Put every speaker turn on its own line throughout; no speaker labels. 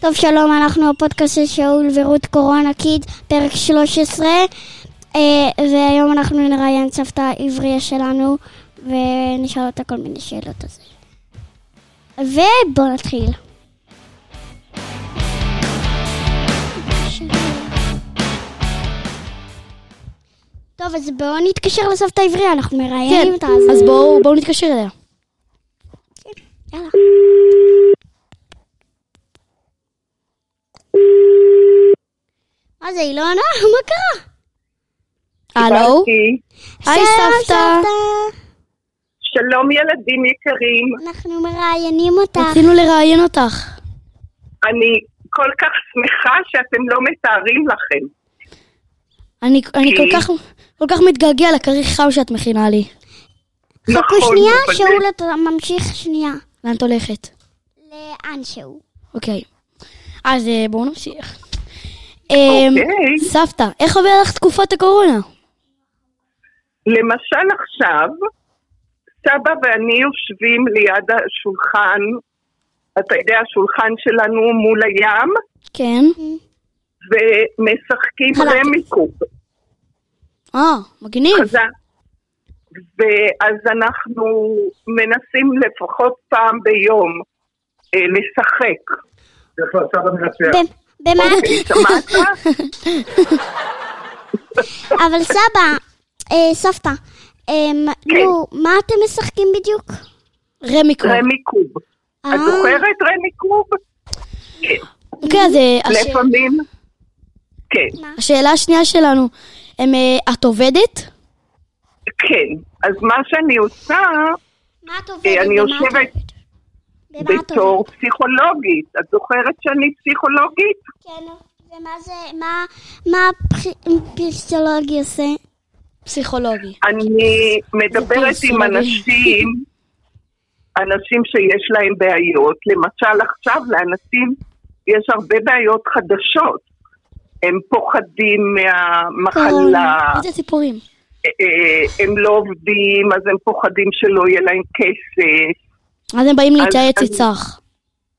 טוב, שלום, אנחנו הפודקאסט של שאול ורות קורונה קיד, פרק 13, אה, והיום אנחנו נראיין סבתא עברייה שלנו, ונשאל אותה כל מיני שאלות על זה. ובואו נתחיל. טוב, אז בואו נתקשר לסבתא עברייה, אנחנו
כן,
מראיינים אותה.
אז בואו בואו נתקשר אליה.
יאללה. מה זה, היא לא עונה? מה קרה?
הלו?
קיבלתי.
היי
שלום,
סבתא.
שלום ילדים יקרים,
אנחנו מראיינים אותך.
רצינו לראיין אותך.
אני כל כך שמחה שאתם לא מתארים לכם.
אני אני כל
כן.
כך כל כך מתגעגע לכריך חם שאת מכינה לי.
חכו
נכון,
שנייה,
מבזה.
שאול, אתה ממשיך שנייה.
לאן את הולכת?
לאן שהוא.
אוקיי. אז אה, בואו נמשיך. אה,
אמ,
אוקיי.
סבתא, איך עובר לך תקופת הקורונה?
למשל עכשיו, סבא ואני יושבים ליד השולחן, אתה יודע, השולחן שלנו מול הים,
כן.
ומשחקים
חלק.
רמיקוב.
אה, מגניב.
חזק. ואז אנחנו מנסים לפחות פעם ביום אה, לשחק.
איפה הסבא מנצח?
כן.
ב- במה?
אוקיי. שמעת?
אבל סבא, אה, סבתא, אמ,
כן.
נו, מה אתם משחקים בדיוק?
רמיקו.
רמי קוב.
אה.
את זוכרת רמי קוב?
אוקיי, אז אה, הש-
לפעמים. כן,
השאלה השנייה שלנו, הם, אה, את עובדת?
כן. אז מה שאני עושה
מה את עובדת?
אה, אני
במה את
יושבת
עובדת? במה את
בתור
עובדת?
פסיכולוגית, את זוכרת שאני פסיכולוגית?
כן, ומה זה, מה, מה הפסיכולוגי עושה?
פסיכולוגי.
אני מדברת עם
פסיכולוגי.
אנשים, אנשים שיש להם בעיות. למשל עכשיו לאנשים יש הרבה בעיות חדשות. הם פוחדים מהמחלה,
איזה ציפורים.
אה, הם לא עובדים, אז הם פוחדים שלא יהיה להם כסף.
אז הם באים
אז-
להתייעץ
אז-
איתך.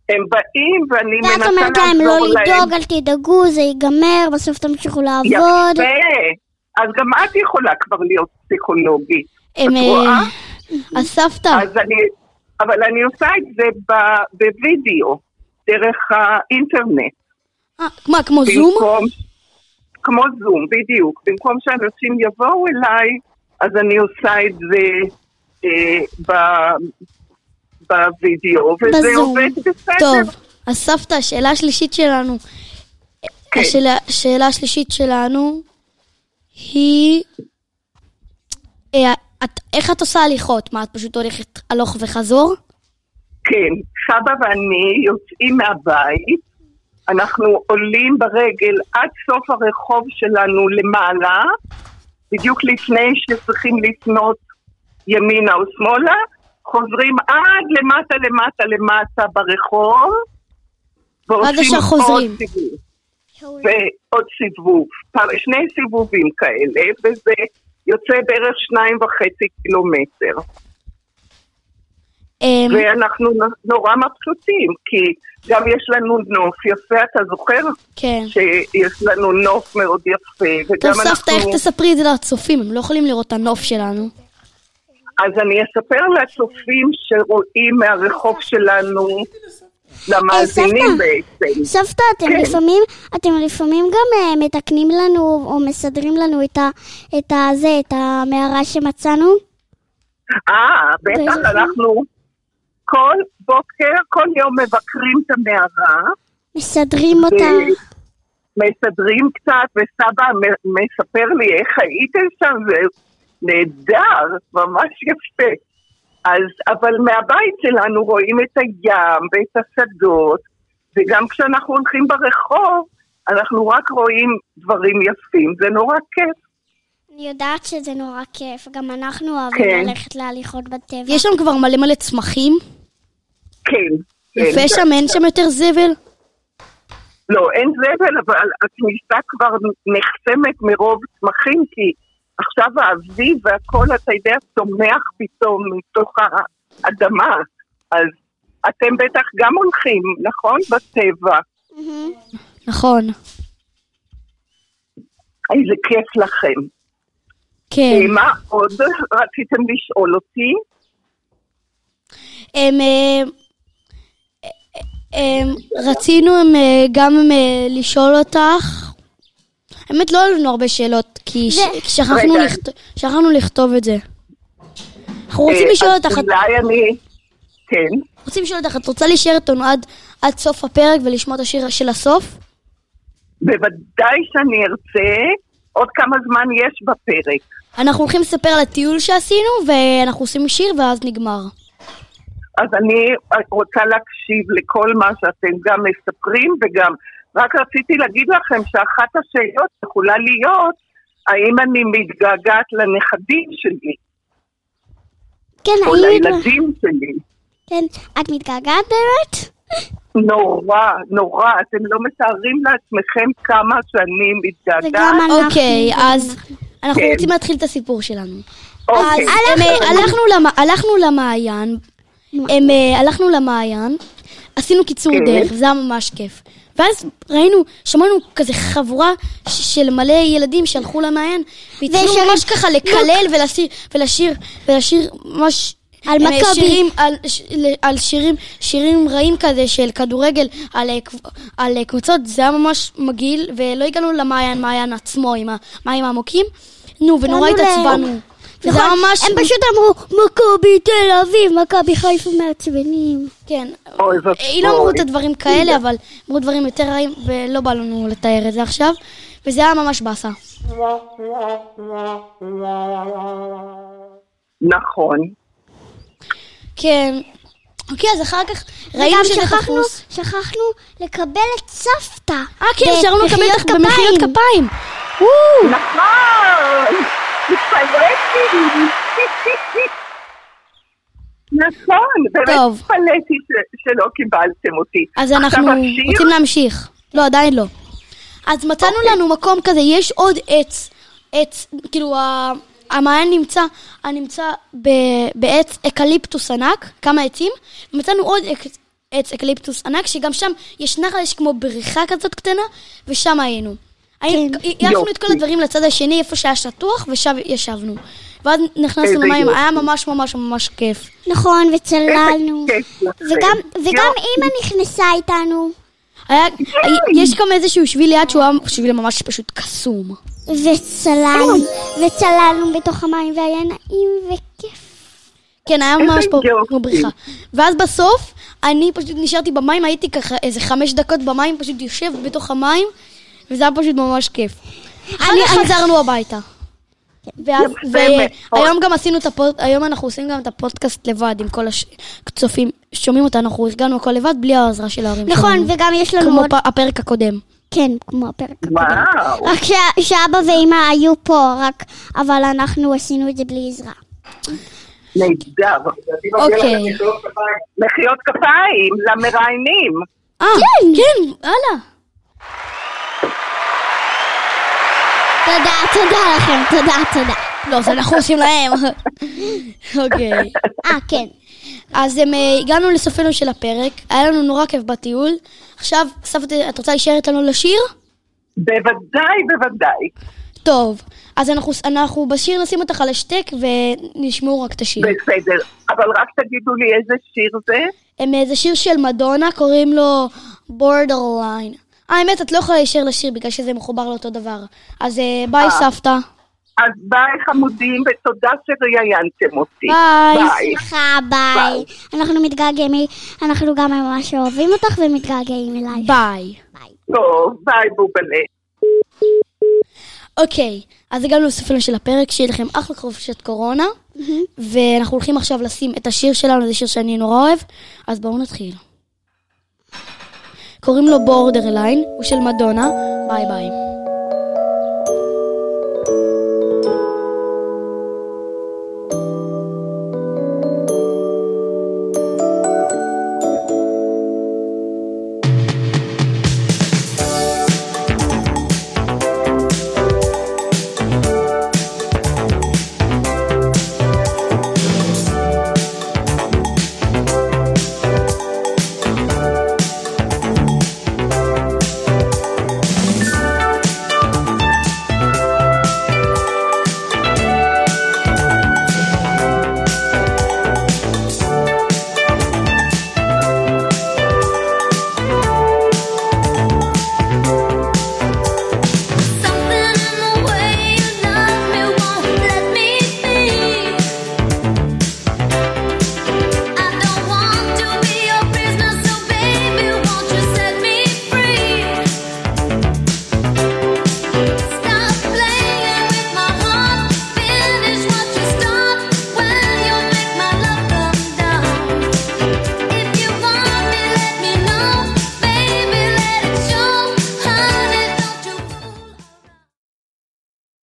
הם באים ואני
ואת
מנסה
אומרת להם לא
לעזור להם.
לדאוג, אל תדאגו, זה ייגמר, בסוף תמשיכו לעבוד.
יפה. אז גם את יכולה כבר להיות פסיכולוגית.
הם,
את
אה,
רואה?
אז סבתא,
לא.
אז אני, אבל אני עושה את זה ב- בווידאו, דרך האינטרנט.
אה, מה, כמו זום?
במקום, כמו זום, בדיוק. במקום שאנשים יבואו אליי, אז אני עושה את זה אה, ב, בווידאו, וזה
בזום.
עובד בסדר.
טוב, אז סבתא, השאלה השלישית שלנו,
כן.
השאלה- השאלה השלישית שלנו היא, אה, את- איך את עושה הליכות? מה, את פשוט הולכת הלוך וחזור?
כן, סבא ואני יוצאים מהבית, אנחנו עולים ברגל עד סוף הרחוב שלנו למעלה, בדיוק לפני שצריכים לפנות ימינה או שמאלה, חוזרים עד למטה למטה למטה ברחוב, ועושים
עד אשר חוזרים.
עוד סיבוב, ועוד סיבוב, פעם- שני סיבובים כאלה, וזה יוצא בערך שניים וחצי קילומטר.
אה,
ואנחנו נ- נורא מבסוטים, כי גם יש לנו נוף יפה, אתה זוכר
כן.
שיש לנו נוף מאוד יפה, וגם
טוב,
אנחנו...
סבתא, איך תספרי את זה לצופים? הם לא יכולים לראות את הנוף שלנו.
אז אני אספר לצופים שרואים מהרחוב שלנו, למאזינים
אה,
בעצם.
סבתא, אתם
כן.
לפעמים, אתם לפעמים גם אה, מתקנים לנו או מסדרים לנו את ה... את ה... זה, את המערה שמצאנו?
אה, בטח,
באיזה-
אנחנו כל בוקר, כל יום מבקרים את המערה.
מסדרים אותה.
מסדרים קצת, וסבא מ- מספר לי איך הייתם שם, זה נהדר, ממש יפה. אז, אבל מהבית שלנו רואים את הים ואת השדות, וגם כשאנחנו הולכים ברחוב, אנחנו רק רואים דברים יפים, זה נורא כיף.
אני יודעת שזה נורא כיף, גם אנחנו
כן.
אוהבים ללכת להליכות בטבע.
יש שם כבר מלא מלא צמחים?
כן. כן.
יפה שם, אין שם יותר זבל?
לא, אין זבל, אבל הכניסה כבר נחסמת מרוב צמחים, כי עכשיו האביב והכל, אתה יודע, צומח פתאום מתוך האדמה. אז אתם בטח גם הולכים, נכון? בטבע.
נכון.
איזה כיף לכם. אה,
כן.
מה עוד רציתם לשאול אותי?
הם, אה, הם, רצינו הם, אה, גם הם, אה, לשאול אותך, האמת לא היו לנו הרבה שאלות, כי ש-
זה-
כי שכחנו
רגע.
לכת- שכחנו לכתוב את זה. אנחנו רוצים
אה,
לשאול
אז
אותך, את-
אולי אני... כן.
רוצים לשאול אותך, את רוצה להישאר איתנו עד- עד סוף הפרק ולשמוע את השיר של הסוף?
בוודאי שאני ארצה. עוד כמה זמן יש בפרק.
אנחנו הולכים לספר על הטיול שעשינו, ואנחנו עושים שיר ואז נגמר.
אז אני רוצה להקשיב לכל מה שאתם גם מספרים וגם... רק רציתי להגיד לכם שאחת השאלות יכולה להיות האם אני מתגעגעת לנכדים שלי
כן,
או
האם-
לילדים שלי.
כן, את מתגעגעת באמת?
נורא, נורא. אתם לא מתארים לעצמכם כמה שאני
וגם
מתגעגעת.
אנחנו-
אוקיי, אז אנחנו
כן.
רוצים להתחיל את הסיפור שלנו. אז
אוקיי,
הם, אה, הלכנו למ- הלכנו למעיין, הם, אה, הלכנו למעיין, עשינו קיצור
כן.
דרך, זה היה ממש כיף. ואז ראינו, שמענו כזה חבורה ש- של מלא ילדים שהלכו למעיין, והתחילו
ושרים-
ממש ככה לקלל ולשיר, ולשיר, ולשיר ממש...
על
אה,
מכבי.
שירים, על, ש- ל- על שירים, שירים רעים כזה של כדורגל, על, אה, קב- על אה, קבוצות, זה היה ממש מגעיל, ולא הגענו למעיין, מעיין עצמו עם המים העמוקים. נו, ונורא
הגענו ל-
התעצבנו. וזה היה
נכון,
ממש...
הם פשוט אמרו, מכבי תל אביב, מכבי חיפה מעצבנים. כן.
כן.
אוי ואבוי.
היא לא אמרו את הדברים כאלה, אבל אמרו דברים יותר רעים, ולא בא לנו לתאר את זה עכשיו, וזה היה ממש באסה.
נכון.
כן. אוקיי, אז אחר כך ראינו
וגם
שזה
שכחנו,
תפוס.
שכחנו לקבל את סבתא.
אה, כן,
ב-
שרנו לקבל
מחיאות
אותך במחיאות כפיים.
נכון! התפלאתי! נכון, באמת
טוב.
התפלאתי ש- שלא קיבלתם אותי.
אז אנחנו
עכשיו השיר?
רוצים להמשיך. לא, עדיין לא. אז מצאנו
אוקיי.
לנו מקום כזה, יש עוד עץ. עץ, כאילו, ה- המעיין נמצא, הנמצא ב- בעץ אקליפטוס ענק, כמה עצים. מצאנו עוד עץ- עץ אקליפטוס ענק, שגם שם יש נחל, יש כמו בריכה כזאת קטנה, ושם היינו. היינו- ישנו את כל
כן. יופי.
הדברים לצד השני, איפה שהיה שטוח, ושם ישבנו. ואז נכנסנו
איזה
למים,
יופי.
היה ממש ממש ממש כיף.
נכון, וצללנו.
איזה כיף לכם.
וגם, וגם
יופי.
אימא נכנסה איתנו,
היה, אה, יש גם איזשהו שביל ליד שהוא היה שביל ממש פשוט קסום.
וצללנו,
אה.
וצללנו בתוך המים, והיה נעים וכיף.
כן, היה ממש פה
יופי.
כמו בריכה. ואז בסוף, אני פשוט נשארתי במים, הייתי ככה איזה חמש דקות במים, פשוט יושב בתוך המים, וזה היה פשוט ממש כיף. אחר כך חזרנו הביתה. ואז-
יפה מאוד.
והיום גם עשינו את הפודקאסט, היום אנחנו עושים גם את הפודקאסט לבד עם כל הצופים שומעים אותנו, אנחנו ארגנו הכל לבד בלי העזרה של ההורים
נכון,
שלנו.
וגם יש לנו
כמו
עוד...
פ- הפרק הקודם.
כן, כמו הפרק הקודם.
וואו,
רק ש- שאבא ואימא היו פה, רק... אבל אנחנו עשינו את זה בלי עזרה.
נהדר.
אוקיי.
מחיאות כפיים למראיינים.
אה, כן, הלאה.
תודה, תודה לכם, תודה, תודה.
לא, זה אנחנו עושים להם. אוקיי.
אה, כן.
אז הם, אה, הגענו לסופנו של הפרק, היה לנו נורא כיף בטיול. עכשיו, סבתא, את רוצה להישאר איתנו לשיר?
בוודאי, בוודאי.
טוב. אז אנחנו, אנחנו בשיר נשים אותך על השתק ונשמעו רק את השיר.
בסדר. אבל רק תגידו לי איזה שיר זה.
הם, אה, זה שיר של מדונה, קוראים לו Borderline. אה, האמת, את לא יכולה להישאר לשיר בגלל שזה מחובר לאותו דבר. אז אה, ביי, סבתא.
אז ביי חמודים, ותודה שראיינתם אותי.
ביי.
סליחה, ביי. אנחנו מתגעגעים, אנחנו גם ממש אוהבים אותך ומתגעגעים אלייך.
ביי.
טוב, ביי בובלה.
אוקיי, אז הגענו לסופנו של הפרק, שיהיה לכם אחלה חופשת קורונה, ואנחנו הולכים עכשיו לשים את השיר שלנו, זה שיר שאני נורא אוהב, אז בואו נתחיל. קוראים לו בורדרליין, הוא של מדונה, ביי ביי.